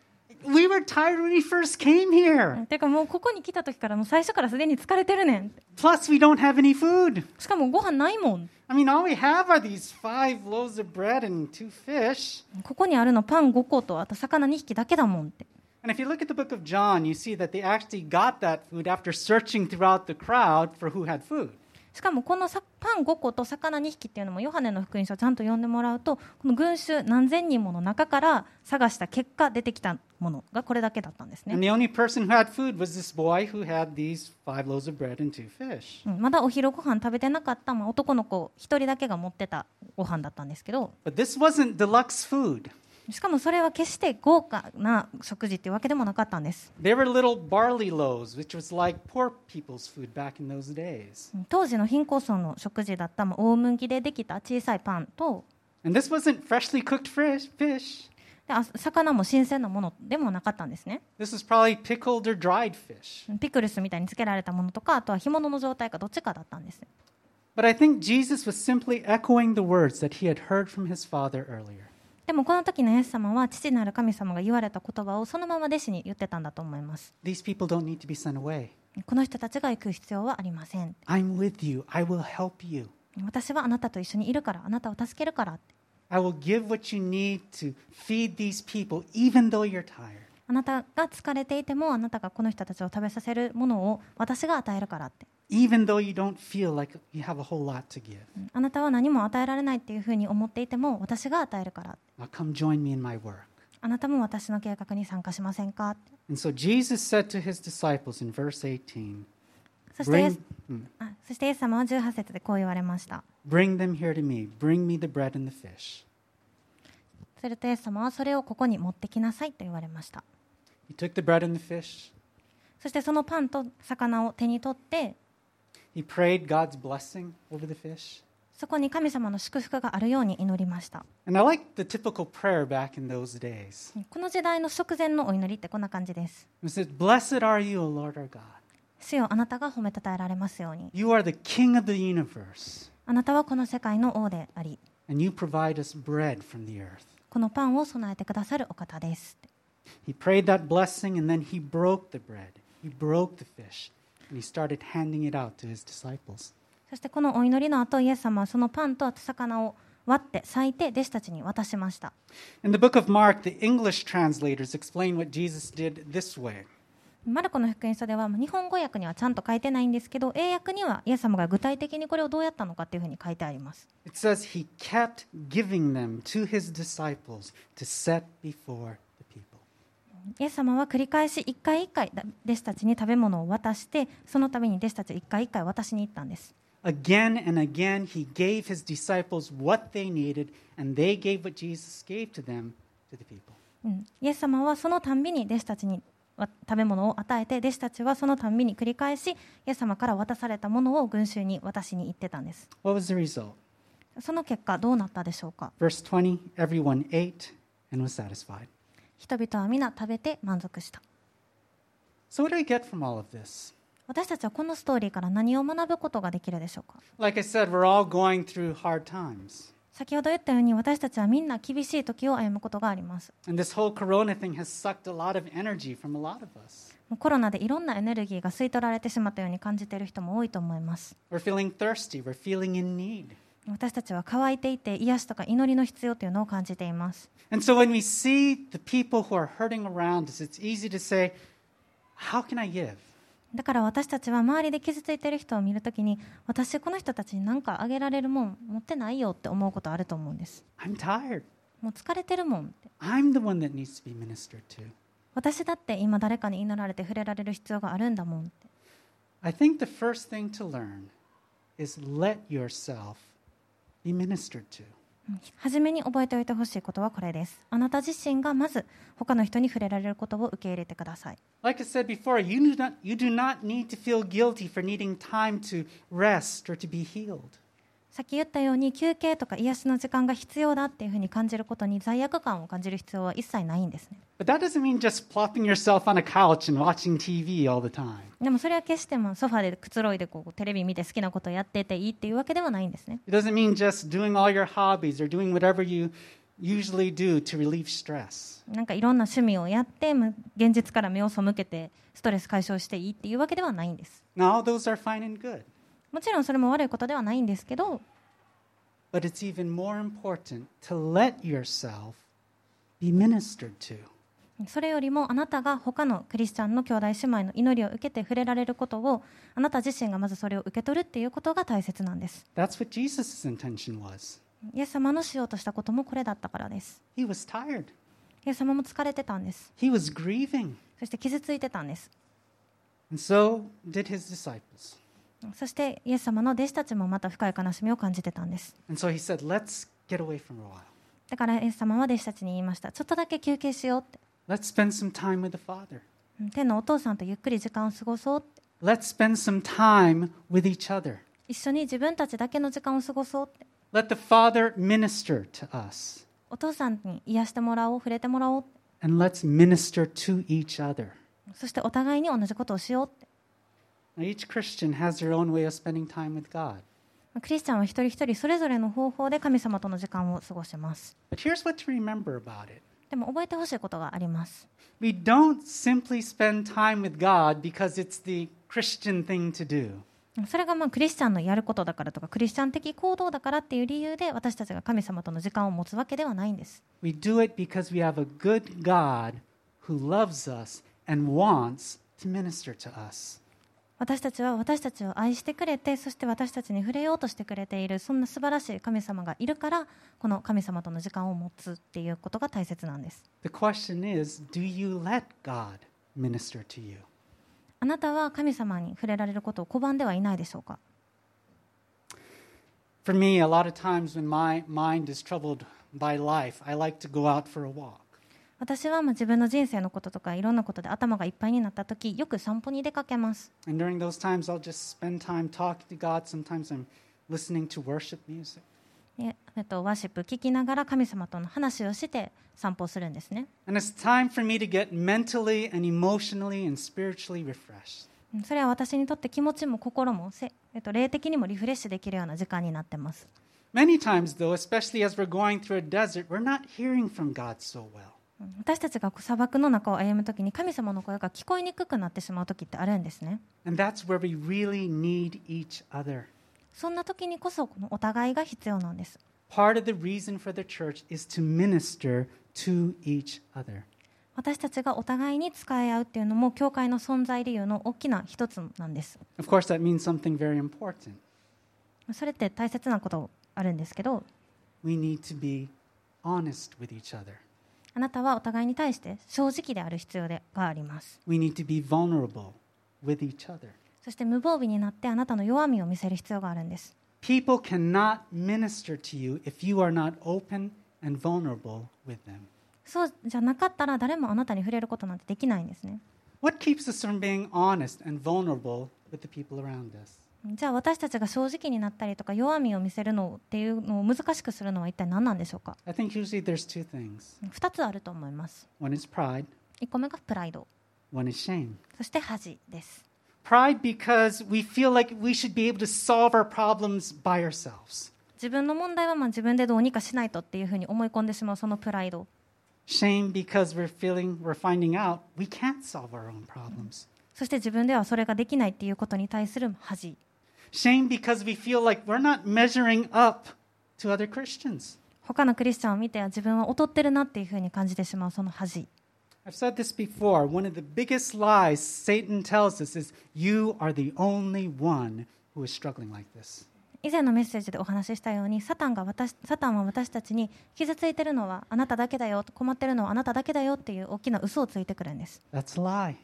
[SPEAKER 1] We were tired when we first came
[SPEAKER 2] ん
[SPEAKER 1] here.
[SPEAKER 2] てかもうここに来た時からもう最初からすでに疲れてるねん
[SPEAKER 1] Plus, we don't have any food.
[SPEAKER 2] しかもご飯ないもん
[SPEAKER 1] I mean, all we have are these five loaves of bread and two fish.
[SPEAKER 2] ここにあるのパン5個とあと魚2匹だけだもんって
[SPEAKER 1] And if you look at the book of John, you see that they actually got that food after searching throughout the crowd for who had food.
[SPEAKER 2] しかもこのさパン5個と魚2匹っていうのもヨハネの福音書ちゃんと読んでもらうとこの群衆何千人もの中から探した結果出てきたものがこれだけだったんですね
[SPEAKER 1] And、the only person who had food was this boy who had these five loaves of bread and two fish.
[SPEAKER 2] うんまだお昼ご飯食べてなかった、まあ、男の子1人だけが持ってたご飯だったんですけど
[SPEAKER 1] But this wasn't deluxe food.
[SPEAKER 2] しかもそれは決して豪華な食事っていうわけでもなかったんです
[SPEAKER 1] They were little barley loaves, which was like poor people's food back in those days.
[SPEAKER 2] うん当時の貧困層の食事だった、まあ、大麦でできた小さいパンと
[SPEAKER 1] And this wasn't freshly cooked fresh fish.
[SPEAKER 2] であ魚も新鮮なものでもなかったんですね
[SPEAKER 1] This was probably pickled or dried fish.
[SPEAKER 2] ピクルスみたいにつけられたものとかあとは干物の状態かどっちかだったんですね
[SPEAKER 1] But I think Jesus was simply echoing the words that he had heard from his father earlier.
[SPEAKER 2] でもこの時のイエス様は父なる神様が言われた言葉をそのまま弟子に言ってたんだと思います
[SPEAKER 1] These people don't need to be sent away.
[SPEAKER 2] この人たちが行く必要はありません
[SPEAKER 1] I'm with you. I will help you.
[SPEAKER 2] 私はあなたと一緒にいるからあなたを助けるからって
[SPEAKER 1] I will give what you need to feed these people, even though you're tired.
[SPEAKER 2] あなたが疲れていてもあなたがこの人たちを食べさせるものを私が与えるからって
[SPEAKER 1] even though you don't feel like you have a whole lot to give.
[SPEAKER 2] うんあなたは何も与えられないっていうふうに思っていても私が与えるから
[SPEAKER 1] Now come join me in my work.
[SPEAKER 2] あなたも私の計画に参加しませんかって
[SPEAKER 1] And so Jesus said to his disciples in verse 18,
[SPEAKER 2] そしてイエス
[SPEAKER 1] Bring, mm,
[SPEAKER 2] あそしてイエス様は18節でこう言われました
[SPEAKER 1] bring them here to me. Bring me the bread and the fish.
[SPEAKER 2] するとイエス様はそれをここに持ってきなさいと言われました
[SPEAKER 1] He took the bread and the fish.
[SPEAKER 2] そしてそのパンと魚を手に取って
[SPEAKER 1] He prayed God's blessing over the fish.
[SPEAKER 2] そこに神様の祝福があるように祈りました
[SPEAKER 1] And I like the typical prayer back in those days.
[SPEAKER 2] この時代の食前のお祈りってこんな感じです
[SPEAKER 1] It says, Blessed are you, O Lord our God.
[SPEAKER 2] 主よあなたが褒めたたえられますように
[SPEAKER 1] You are the King of the universe,
[SPEAKER 2] あなたはこの世界の王であり
[SPEAKER 1] and you provide us bread from the earth.
[SPEAKER 2] このパンを備えてくださるお方です
[SPEAKER 1] He prayed that blessing and then he broke the bread. He broke the fish and he started handing it out to his disciples.
[SPEAKER 2] そしてこのお祈りの後イエス様はそのパンとあと魚を割って裂いて弟子たちに渡しました
[SPEAKER 1] In the book of Mark, the English translators explain what Jesus did this way.
[SPEAKER 2] マルコの福音書ではまあ日本語訳にはちゃんと書いてないんですけど英訳にはイエス様が具体的にこれをどうやったのかっていうふうに書いてあります
[SPEAKER 1] It says he kept giving them to his disciples to set before the people.
[SPEAKER 2] イエス様は繰り返し一回一回だ弟子たちに食べ物を渡してその度に弟子たちを一回一回渡しに行ったんです
[SPEAKER 1] Again and again, he gave his disciples what they needed, and they gave what Jesus gave to them to the people.
[SPEAKER 2] うんイエス様はそのたんびに弟子たちにわ食べ物を与えて弟子たちはそのたんびに繰り返しイエス様から渡されたものを群衆に渡しに行ってたんです
[SPEAKER 1] What was the result?
[SPEAKER 2] その結果どうなったでしょうか
[SPEAKER 1] Verse 20 Everyone ate and was satisfied.
[SPEAKER 2] 人々は皆食べて満足した
[SPEAKER 1] So, what do I get from all of this?
[SPEAKER 2] 私たちはこのストーリーから何を学ぶことができるでしょうか
[SPEAKER 1] Like I said, we're all going through hard times.
[SPEAKER 2] 先ほど言ったように私たちはみんな厳しい時を歩むことがあります
[SPEAKER 1] And this whole corona thing has sucked a lot of energy from a lot of us.
[SPEAKER 2] もうコロナでいろんなエネルギーが吸い取られてしまったように感じている人も多いと思います
[SPEAKER 1] We're feeling thirsty, we're feeling in need.
[SPEAKER 2] 私たちは乾いていて癒しとか祈りの必要というのを感じています
[SPEAKER 1] And so when we see the people who are hurting around us, it's easy to say, How can I give?
[SPEAKER 2] だから私たちは周りで傷ついている人を見るときに私この人たちに何かあげられるもん持ってないよって思うことあると思うんです
[SPEAKER 1] I'm tired.
[SPEAKER 2] もう疲れてるもんって
[SPEAKER 1] I'm the one that needs to be ministered to.
[SPEAKER 2] 私だって今誰かに祈られて触れられる必要があるんだもんって
[SPEAKER 1] I think the first thing to learn is let yourself be ministered to.
[SPEAKER 2] うん初めに覚えておいてほしいことはこれですあなた自身がまず他の人に触れられることを受け入れてください
[SPEAKER 1] Like I said before, you do, not, you do not need to feel guilty for needing time to rest or to be healed.
[SPEAKER 2] さっき言ったように休憩とか癒しの時間が必要だっていうふうに感じることに罪悪感を感じる必要は一切ないんですね
[SPEAKER 1] But that doesn't mean just plopping yourself on a couch and watching TV all the time.
[SPEAKER 2] でもそれは決してまあソファーでくつろいでこうテレビ見て好きなことやってていいっていうわけではないんですね
[SPEAKER 1] It doesn't mean just doing all your hobbies or doing whatever you usually do to relieve stress.
[SPEAKER 2] なんかいろんな趣味をやってまあ現実から目を背けてストレス解消していいっていうわけではないんです
[SPEAKER 1] Now, all those are fine and good,
[SPEAKER 2] もちろんそれも悪いことではないんですけど
[SPEAKER 1] but it's even more important to let yourself be ministered to.
[SPEAKER 2] それよりもあなたが他のクリスチャンの兄弟姉妹の祈りを受けて触れられることをあなた自身がまずそれを受け取るっていうことが大切なんです
[SPEAKER 1] That's what Jesus' intention was.
[SPEAKER 2] イエス様のしようとしたこともこれだったからです
[SPEAKER 1] He was tired,
[SPEAKER 2] イエス様も疲れてたんです
[SPEAKER 1] he was grieving,
[SPEAKER 2] そして傷ついてたんです
[SPEAKER 1] and so did his disciples.
[SPEAKER 2] そしてイエス様の弟子たちもまた深い悲しみを感じてたんです
[SPEAKER 1] And so he said, Let's get away for a while.
[SPEAKER 2] だからイエス様は弟子たちに言いましたちょっとだけ休憩しようって
[SPEAKER 1] Let's spend some time with the Father.
[SPEAKER 2] うん天のお父さんとゆっくり時間を過ごそうって
[SPEAKER 1] Let's spend some time with each other.
[SPEAKER 2] 一緒に自分たちだけの時間を過ごそうって
[SPEAKER 1] Let the Father minister to us,
[SPEAKER 2] お父さんに癒してもらおう触れてもらおうって
[SPEAKER 1] and let's minister to each other.
[SPEAKER 2] そしてお互いに同じことをしようって
[SPEAKER 1] Now, each Christian has their own way of spending time with God.
[SPEAKER 2] クリスチャンは一人一人それぞれの方法で神様との時間を過ごします。
[SPEAKER 1] But here's what to remember about it
[SPEAKER 2] でも覚えてほしいことがあります。
[SPEAKER 1] we don't simply spend time with God because it's the Christian thing to do.
[SPEAKER 2] それがまあクリスチャンのやることだからとかクリスチャン的行動だからっていう理由で私たちが神様との時間を持つわけではないんです。
[SPEAKER 1] We do it because we have a good God who loves us and wants to minister to us.
[SPEAKER 2] 私たちは私たちを愛してくれてそして私たちに触れようとしてくれているそんな素晴らしい神様がいるからこの神様との時間を持つっていうことが大切なんです。
[SPEAKER 1] The question is do you let God minister to you?
[SPEAKER 2] あなたは神様に触れられることを拒んではいないでしょうか
[SPEAKER 1] For me, a lot of times when my mind is troubled by life, I like to go out for a walk.
[SPEAKER 2] 私はまあ自分の人生のこととかいろんなことで頭がいっぱいになった時よく散歩に出かけます
[SPEAKER 1] And during those times, I'll just spend time talking to God. Sometimes I'm listening to worship music.
[SPEAKER 2] でえっと、ワーシップ聞きながら神様との話をして散歩するんですね
[SPEAKER 1] And it's time for me to get mentally and emotionally and spiritually refreshed.
[SPEAKER 2] うんそれは私にとって気持ちも心もせ、えっと、霊的にもリフレッシュできるような時間になってます
[SPEAKER 1] Many times, though, especially as we're going through a desert, we're not hearing from God so well.
[SPEAKER 2] うん私たちがこう砂漠の中を歩む時に神様の声が聞こえにくくなってしまう時ってあるんですね
[SPEAKER 1] And that's where we really need each other.
[SPEAKER 2] そんな時にこそこのお互いが必要なんです
[SPEAKER 1] Part of the reason for the church is to minister to each other.
[SPEAKER 2] 私たちがお互いに使い合うっていうのも教会の存在理由の大きな一つなんです
[SPEAKER 1] Of course, that means something very important.
[SPEAKER 2] それって大切なことあるんですけど
[SPEAKER 1] We need to be honest with each other.
[SPEAKER 2] あなたはお互いに対して正直である必要でがあります
[SPEAKER 1] We need to be vulnerable with each other.
[SPEAKER 2] そして無防備になってあなたの弱みを見せる必要があるんです
[SPEAKER 1] People cannot minister to you if you are not open and vulnerable with them.
[SPEAKER 2] そうじゃなかったら誰もあなたに触れることなんてできないんですね
[SPEAKER 1] What keeps us from being honest and vulnerable with the people around us?
[SPEAKER 2] じゃあ私たちが正直になったりとか弱みを見せるのっていうのを難しくするのは一体何なんでしょうか
[SPEAKER 1] I think usually there's two things
[SPEAKER 2] 2つあると思います
[SPEAKER 1] one is pride,
[SPEAKER 2] 1個目がプライド
[SPEAKER 1] one is shame.
[SPEAKER 2] そして恥です、
[SPEAKER 1] Pride because we feel like we should be able to solve our problems by ourselves.
[SPEAKER 2] 自分の問題はまあ自分でどうにかしないとっていうふうに思い込んでしまうそのプライド
[SPEAKER 1] Shame because we're feeling, we're finding out we can't solve our own problems.
[SPEAKER 2] そして自分ではそれができないっていうことに対する恥
[SPEAKER 1] Shame because we feel like we're not measuring up to other Christians.
[SPEAKER 2] 他のクリスチャンを見て自分は劣ってるなっていうふうに感じてしまうその恥
[SPEAKER 1] I've said this before. One of the biggest lies Satan tells us is you are the only one who is struggling like this.
[SPEAKER 2] 以前のメッセージでお話ししたようにサタンが私サタンは私たちに傷ついてるのはあなただけだよ困ってるのはあなただけだよっていう大きな嘘をついてくるんです
[SPEAKER 1] That's a lie.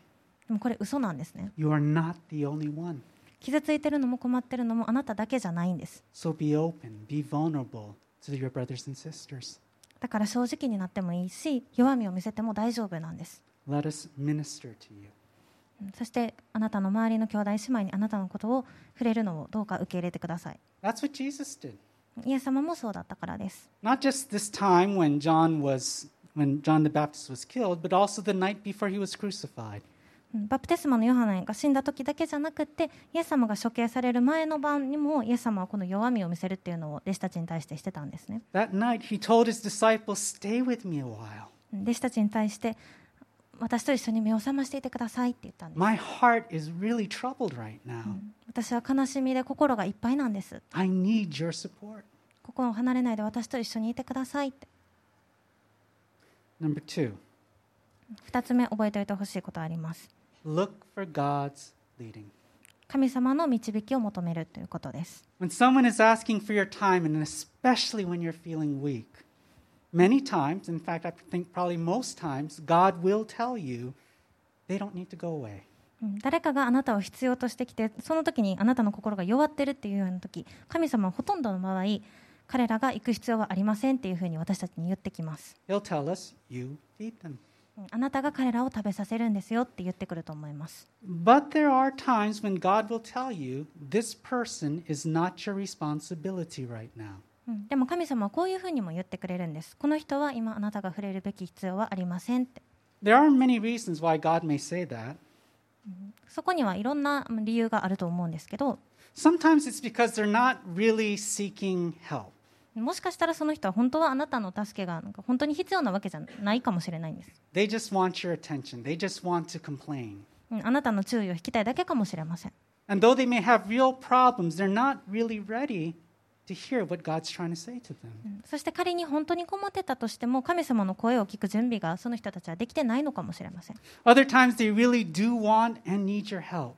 [SPEAKER 2] でもこれ嘘なんですね
[SPEAKER 1] You are not the only one.
[SPEAKER 2] 傷ついてるのも困ってるのもあなただけじゃないんです
[SPEAKER 1] So be open, be vulnerable to your brothers and sisters.
[SPEAKER 2] だから正直になってもいいし弱みを見せても大丈夫なんです
[SPEAKER 1] Let us minister to you.
[SPEAKER 2] うんそしてあなたの周りの兄弟姉妹にあなたのことを触れるのをどうか受け入れてください
[SPEAKER 1] That's what Jesus did.
[SPEAKER 2] イエス様もそうだったからです
[SPEAKER 1] Not just this time when John was when John the Baptist was killed, but also the night before he was crucified.
[SPEAKER 2] うんバプテスマのヨハネが死んだ時だけじゃなくってイエス様が処刑される前の晩にもイエス様はこの弱みを見せるっていうのを弟子たちに対してしてたんですね
[SPEAKER 1] That night he told his disciples, "Stay with me a while.
[SPEAKER 2] うん弟子たちに対して私と一緒に目を覚ましていてくださいって言ったんです
[SPEAKER 1] My heart is really troubled right now.
[SPEAKER 2] 私は悲しみで心がいっぱいなんです
[SPEAKER 1] I need your support."
[SPEAKER 2] ここを離れないで私と一緒にいてくださいって
[SPEAKER 1] Number 2,
[SPEAKER 2] 2つ目覚えておいてほしいことあります
[SPEAKER 1] look for God's leading.
[SPEAKER 2] 神様の導きを求めるということです
[SPEAKER 1] When someone is asking for your time, and especially when you're feeling weak, many times, in fact, I think probably most times, God will tell you they don't need to go away.
[SPEAKER 2] うん誰かがあなたを必要としてきてその時にあなたの心が弱ってるっていうような時神様はほとんどの場合彼らが行く必要はありませんっていうふうに私たちに言ってきます、
[SPEAKER 1] He'll tell us you feed them.
[SPEAKER 2] うんあなたが彼らを食べさせるんですよって言ってくると思います
[SPEAKER 1] But there are times when God will tell you this person is not your responsibility right now.
[SPEAKER 2] うんでも神様はこういうふうにも言ってくれるんですこの人は今あなたが触れるべき必要はありませんって
[SPEAKER 1] There are many reasons why God may say that.
[SPEAKER 2] そこにはいろんなうん理由があると思うんですけど
[SPEAKER 1] Sometimes it's because they're not really seeking help.
[SPEAKER 2] もしかしたらその人は本当はあなたの助けがなんか本当に必要なわけじゃないかもしれないんです
[SPEAKER 1] They just want your attention, they just want to complain.
[SPEAKER 2] うんあなたの注意を引きたいだけかもしれません
[SPEAKER 1] And though they may have real problems, they're not really ready to hear what God's trying to say to them.
[SPEAKER 2] そして仮に本当に困ってたとしても神様の声を聞く準備がその人たちはできてないのかもしれません
[SPEAKER 1] Other times, they really do want and need your help.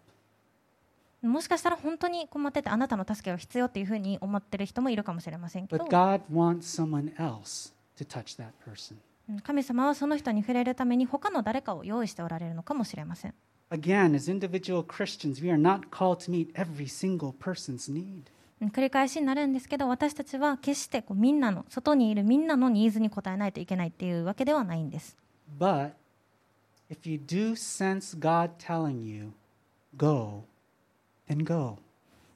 [SPEAKER 2] もしかしたら本当に困っててあなたの助けが必要っていうふうに思ってる人もいるかもしれませんけど
[SPEAKER 1] But God wants someone else to touch that person.
[SPEAKER 2] うん神様はその人に触れるために他の誰かを用意しておられるのかもしれません
[SPEAKER 1] Again, as individual Christians, we are not called to meet every single person's need.
[SPEAKER 2] うん繰り返しになるんですけど私たちは決してこうみんなの外にいるみんなのニーズに応えないといけないっていうわけではないんです
[SPEAKER 1] But if you do sense God telling you, go, then go.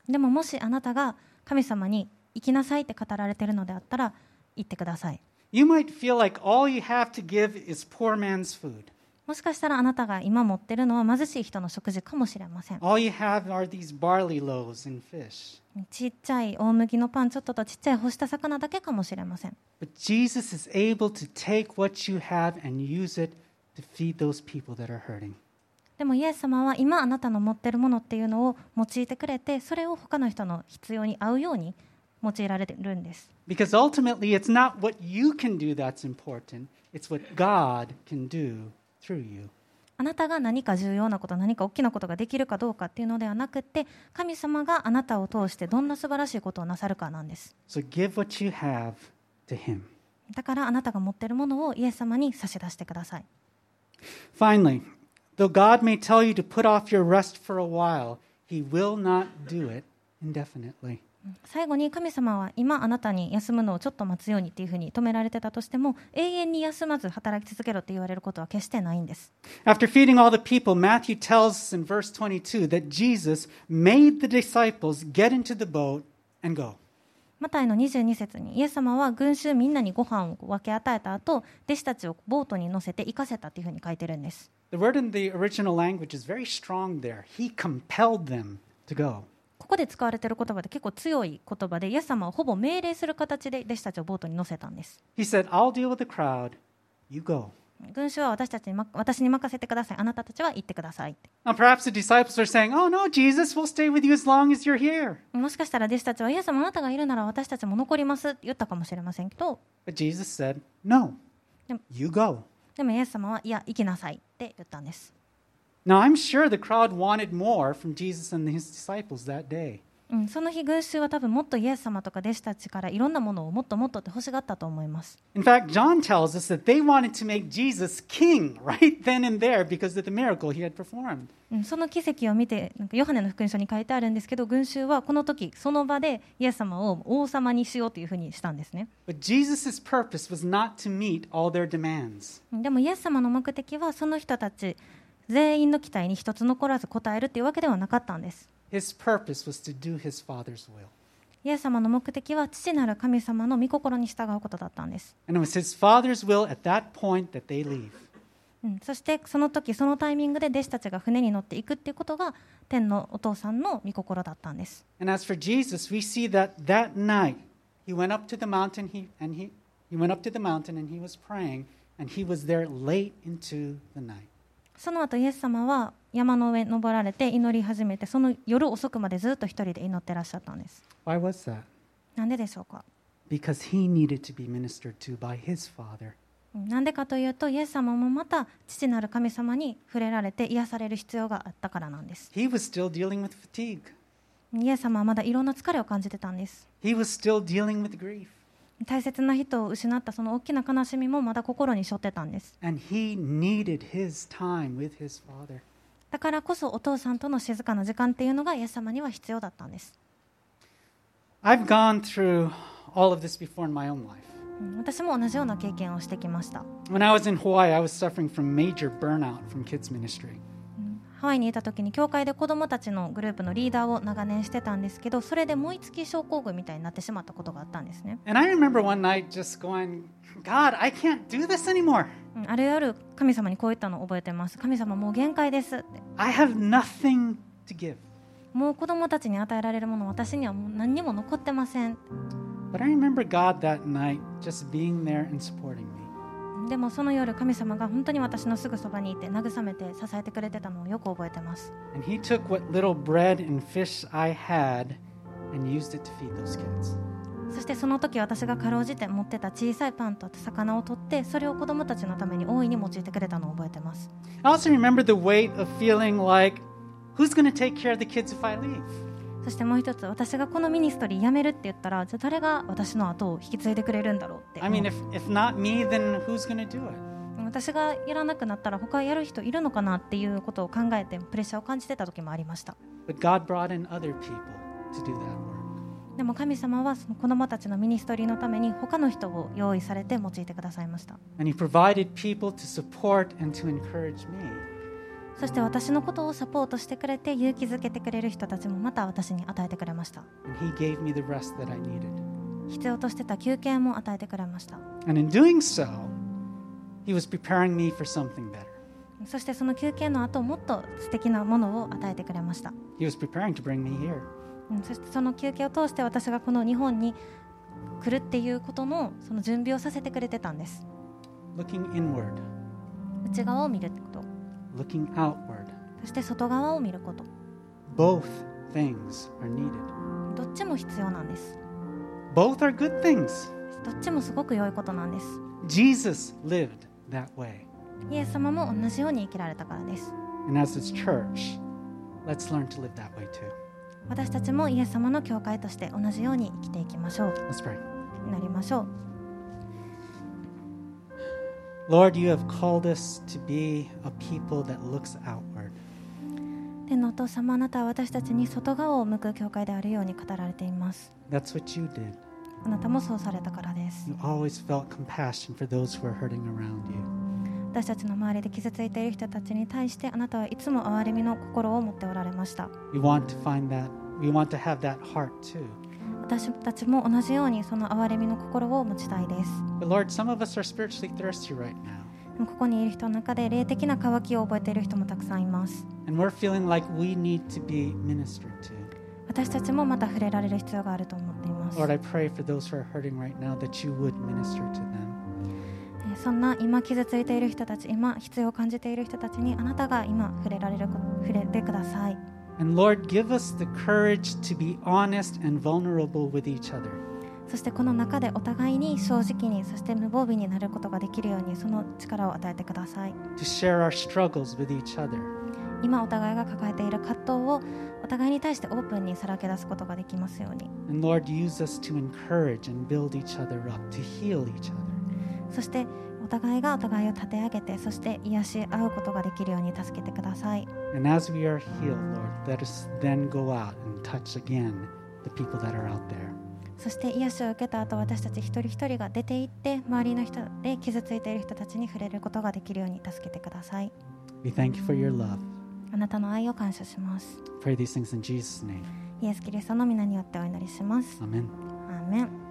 [SPEAKER 2] でももしあなたが神様に行きなさいって語られてるのであったら行ってください
[SPEAKER 1] You might feel like all you have to give is poor man's food.
[SPEAKER 2] もしかしたらあなたが今持ってるのは貧しい人の食事かもしれません
[SPEAKER 1] All you have are these barley loaves and fish.
[SPEAKER 2] ちっちゃい大麦のパンちょっととちっちゃい干した魚だけかもしれません
[SPEAKER 1] But Jesus is able to take what you have and use it to feed those people that are hurting.
[SPEAKER 2] でもイエス様は今あなたの持ってるものっていうのを用いてくれてそれを他の人の必要に合うように用いられてるんです
[SPEAKER 1] Because ultimately, it's not what you can do that's important, it's what God can do through you.
[SPEAKER 2] あなたが何か重要なこと何か大きなことができるかどうかっていうのではなくって神様があなたを通してどんな素晴らしいことをなさるかなんです
[SPEAKER 1] So give what you have to Him.
[SPEAKER 2] だからあなたが持ってるものをイエス様に差し出してください
[SPEAKER 1] Finally, though God may tell you to put off your rest for a while, He will not do it indefinitely.
[SPEAKER 2] 最後に神様は今あなたに休むのをちょっと待つようにっていうふうに止められてたとしても永遠に休まず働き続けろって言われることは決してないんです、
[SPEAKER 1] After feeding all the people, Matthew tells us in verse 22 that Jesus made the disciples get into the boat and go.
[SPEAKER 2] マタイの22節にイエス様は群衆みんなにご飯を分け与えた後弟子たちをボートに乗せて行かせたっていうふうに書いてるんです
[SPEAKER 1] The word in the original language is very strong there. He compelled them to go.
[SPEAKER 2] ここで使われている言葉で結構強い言葉でイエス様はほぼ命令する形で弟子たちをボートに乗せたんです
[SPEAKER 1] He said, I'll deal with the crowd. You go.
[SPEAKER 2] 群衆は私たちにま私に任せてくださいあなたたちは行ってください
[SPEAKER 1] Now, perhaps the disciples are saying, Oh, no, Jesus, we'll stay with you as long as you're here.
[SPEAKER 2] もしかしたら弟子たちはイエス様あなたがいるなら私たちも残りますって言ったかもしれませんけど
[SPEAKER 1] But Jesus said, No,
[SPEAKER 2] Yep.
[SPEAKER 1] you go.
[SPEAKER 2] でもイエス様はいや行きなさいって言ったんです
[SPEAKER 1] Now, I'm sure the crowd wanted more from Jesus and his disciples that day.
[SPEAKER 2] うん、その日群衆は多分もっとイエス様とか弟子たちからいろんなものをもっともっとって欲しがったと思います
[SPEAKER 1] In fact, John tells us that they wanted to make Jesus king right then and there because of the miracle he had performed.
[SPEAKER 2] うんその奇跡を見てなんかヨハネの福音書に書いてあるんですけど群衆はこの時その場でイエス様を王様にしようというふうにしたんですね
[SPEAKER 1] But Jesus' purpose was not to meet all their demands.
[SPEAKER 2] うんでもイエス様の目的はその人たち全員の期待に一つ残らず応えるっていうわけではなかったんです
[SPEAKER 1] His purpose was to do his Father's will.
[SPEAKER 2] イエス様の目的は父なる神様の御心に従うことだったんです、
[SPEAKER 1] And it was his Father's will at that point that they leave.
[SPEAKER 2] うん、そしてその時そのタイミングで弟子たちが船に乗っていくっていうことが天のお父さんの御心だったんです
[SPEAKER 1] And as for Jesus, we see that that night he went up to the mountain he, and he, he went up to the mountain and he was praying and he was there late into the night.
[SPEAKER 2] その後イエス様は山の上に登られて祈り始めてその夜遅くまでずっと一人で祈ってらっしゃったんです。
[SPEAKER 1] Why was that?
[SPEAKER 2] なんででしょうか
[SPEAKER 1] Because he needed to be ministered to by his Father.
[SPEAKER 2] うんなんでかというとイエス様もまた父なる神様に触れられて癒される必要があったからなんです。
[SPEAKER 1] He was still dealing with fatigue.
[SPEAKER 2] イエス様はまだいろんな疲れを感じてたんです。
[SPEAKER 1] He was still dealing with grief.
[SPEAKER 2] 大切な人を失ったその大きな悲しみもまだ心に背負ってたんです。
[SPEAKER 1] And he needed his time with his Father.
[SPEAKER 2] だからこそお父さんとの静かな時間っていうのがイエス様には必要だったんです。
[SPEAKER 1] I've gone through all of this before in my own life.
[SPEAKER 2] うん私も同じような経験をしてきました。
[SPEAKER 1] When I was in Hawaii, I was suffering from major burnout from kids' ministry.
[SPEAKER 2] ハワイにいた時に教会で子どもたちのグループのリーダーを長年してたんですけどそれで燃え尽き症候群みたいになってしまったことがあったんですね、
[SPEAKER 1] And I remember one night just going, God, I can't do this anymore.
[SPEAKER 2] うんあるある神様にこう言ったのを覚えてます神様もう限界ですって
[SPEAKER 1] I have nothing to give.
[SPEAKER 2] もう子どもたちに与えられるもの私にはもう何にも残ってません
[SPEAKER 1] But I remember God that night just being there and supporting me.
[SPEAKER 2] でもその夜神様が本当に私のすぐそばにいて慰めて支えてくれてたのをよく覚えてます
[SPEAKER 1] And He took what little bread and fish I had and used it to feed those kids.
[SPEAKER 2] そしてその時私がかろうじて持ってた小さいパンと魚を取ってそれを子どもたちのために大いに用いてくれたのを覚えてます
[SPEAKER 1] I also remember the weight of feeling like, who's going to take care of the kids if I leave?
[SPEAKER 2] そしてもう一つ私がこのミニストリー辞めるって言ったらじゃあ誰が私の後を引き継いでくれるんだろうって
[SPEAKER 1] I mean, if, if not me, then who's going to do it?
[SPEAKER 2] 私がやらなくなったら他やる人いるのかなっていうことを考えてプレッシャーを感じてた時もありました
[SPEAKER 1] But God brought in other people to do that work.
[SPEAKER 2] でも神様はその子どもたちのミニストリーのために他の人を用意されて用いてくださいました
[SPEAKER 1] And He provided people to support and to encourage me.
[SPEAKER 2] そして私のことをサポートしてくれて勇気づけてくれる人たちもまた私に与えてくれました
[SPEAKER 1] And He gave me the rest that I needed.
[SPEAKER 2] 必要としてた休憩も与えてくれました
[SPEAKER 1] And in doing so, He was preparing me for something better.
[SPEAKER 2] そしてその休憩の後もっと素敵なものを与えてくれました
[SPEAKER 1] He was preparing to bring me here.
[SPEAKER 2] うんそしてその休憩を通して私がこの日本に来るっていうことのその準備をさせてくれてたんです
[SPEAKER 1] Looking inward,
[SPEAKER 2] 内側を見るってこと
[SPEAKER 1] looking outward.
[SPEAKER 2] そして外側を見ること
[SPEAKER 1] Both things are needed.
[SPEAKER 2] どっちも必要なんです
[SPEAKER 1] Both are good things.
[SPEAKER 2] どっちもすごく良いことなんです
[SPEAKER 1] Jesus lived that way.
[SPEAKER 2] イエス様も同じように生きられたからです
[SPEAKER 1] And as His church, let's learn to live that way too.
[SPEAKER 2] 私たちもイエス様の教会として同じように生きていきましょう
[SPEAKER 1] Let's pray.
[SPEAKER 2] なりましょう
[SPEAKER 1] Lord, you have called us to be a people that looks outward.
[SPEAKER 2] 天のお父様あなたは私たちに外側を向く教会であるように語られています
[SPEAKER 1] That's what you did.
[SPEAKER 2] あなたもそうされたからです
[SPEAKER 1] You always felt compassion for those who are hurting around you.
[SPEAKER 2] 私たちの周りで傷ついている人たちに対してあなたはいつも憐れみの心を持っておられました
[SPEAKER 1] We want to find that. We want to have that heart too.
[SPEAKER 2] 私たちも同じようにその憐れみの心を持ちたいです
[SPEAKER 1] But Lord, some of us are spiritually thirsty right now.
[SPEAKER 2] でもここにいる人の中で霊的な渇きを覚えている人もたくさんいます
[SPEAKER 1] And we're feeling like we need to be ministered to.
[SPEAKER 2] 私たちもまた触れられる必要があると思っています
[SPEAKER 1] Lord, I pray for those who are hurting right now that you would minister to them.
[SPEAKER 2] えーそんな今傷ついている人たち今必要を感じている人たちにあなたが今触れられるこ触れてください
[SPEAKER 1] And Lord, give us the courage to be honest and vulnerable with each other.
[SPEAKER 2] そしてこの中でお互いに正直にそして無防備になることができるようにその力を与えてください
[SPEAKER 1] to share our struggles with each other.
[SPEAKER 2] 今お互いが抱えている葛藤をお互いに対してオープンにさらけ出すことができますように
[SPEAKER 1] And Lord, use us to encourage and build each other up, to heal each other.
[SPEAKER 2] そしてお互いがお互いを立て上げてそして癒し合うことができるように助けてください
[SPEAKER 1] And as we are healed, Lord, let us then go out and touch again the people that are out there.
[SPEAKER 2] そして癒しを受けた後私たち一人一人が出て行って周りの人で傷ついている人たちに触れることができるように助けてください
[SPEAKER 1] We thank you for your love.
[SPEAKER 2] あなたの愛を感謝します
[SPEAKER 1] Pray these things in Jesus' name.
[SPEAKER 2] イエス・キリストの皆によってお祈りします
[SPEAKER 1] Amen.
[SPEAKER 2] アーメン